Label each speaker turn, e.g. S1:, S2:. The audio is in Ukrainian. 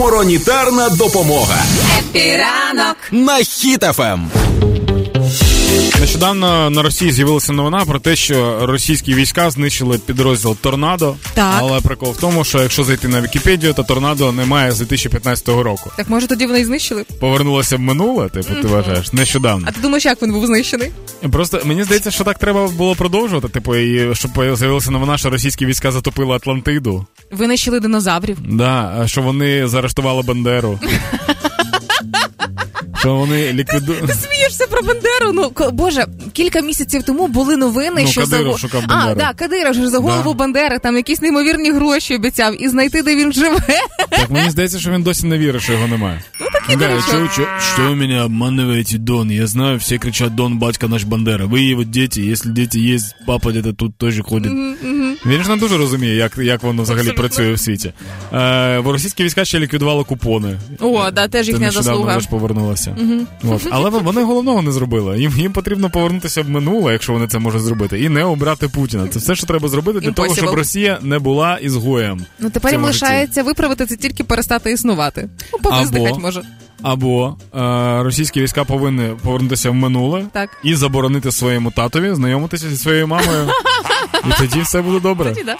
S1: Гуморонітарна допомога
S2: Піранок.
S1: на Ем. Хіт-ФМ.
S3: Нещодавно на Росії з'явилася новина про те, що російські війська знищили підрозділ Торнадо.
S4: Так.
S3: Але прикол в тому, що якщо зайти на Вікіпедію, то торнадо немає з 2015 року.
S4: Так може тоді вони і знищили?
S3: Повернулося в минуле, типу, ти вважаєш, нещодавно.
S4: А ти думаєш, як він був знищений?
S3: Просто мені здається, що так треба було продовжувати. Типу, і щоб з'явилася новина, що російські війська затопили Атлантиду.
S4: Винищили динозаврів.
S3: Да, а що вони заарештували Бандеру. Що вони ліквідували.
S4: Ти смієшся про Бандеру. Ну ко- боже, кілька місяців тому були новини,
S3: Ну,
S4: що
S3: Кадиров
S4: го-
S3: шукав
S4: а,
S3: Бандеру.
S4: да, Кадиров ж за голову
S3: Да.
S4: Бандери там якісь неймовірні гроші обіцяв і знайти, де він живе.
S3: Так мені здається, що він досі не вірить, що його немає. Ну так і
S4: дурачок.
S3: Що ви мене обманюєте, Дон? Я знаю, всі кричать Дон, батька наш Бандера. Ви його діти, якщо діти є, папа десь тут теж ходить. Він ж не дуже розуміє, як, як воно взагалі працює в світі. Е, в російські війська ще ліквідували купони.
S4: О, да, теж
S3: Це
S4: їхня
S3: нещодавно
S4: заслуга.
S3: теж повернулося. От. Але вони головного не зробили. Їм, їм потрібно повернутися в минуле, якщо вони це можуть зробити, і не обрати Путіна. Це все, що треба зробити для того, щоб
S4: Impossible.
S3: Росія не була ізгоєм.
S4: Ну
S3: в
S4: тепер їм
S3: цьому житті.
S4: лишається виправити це тільки перестати існувати. Ну, повиздихать
S3: Або-
S4: може.
S3: Або е, російські війська повинні повернутися в минуле
S4: Так.
S3: і заборонити своєму татові знайомитися зі своєю мамою. І тоді все буде добре.
S4: Тоді да.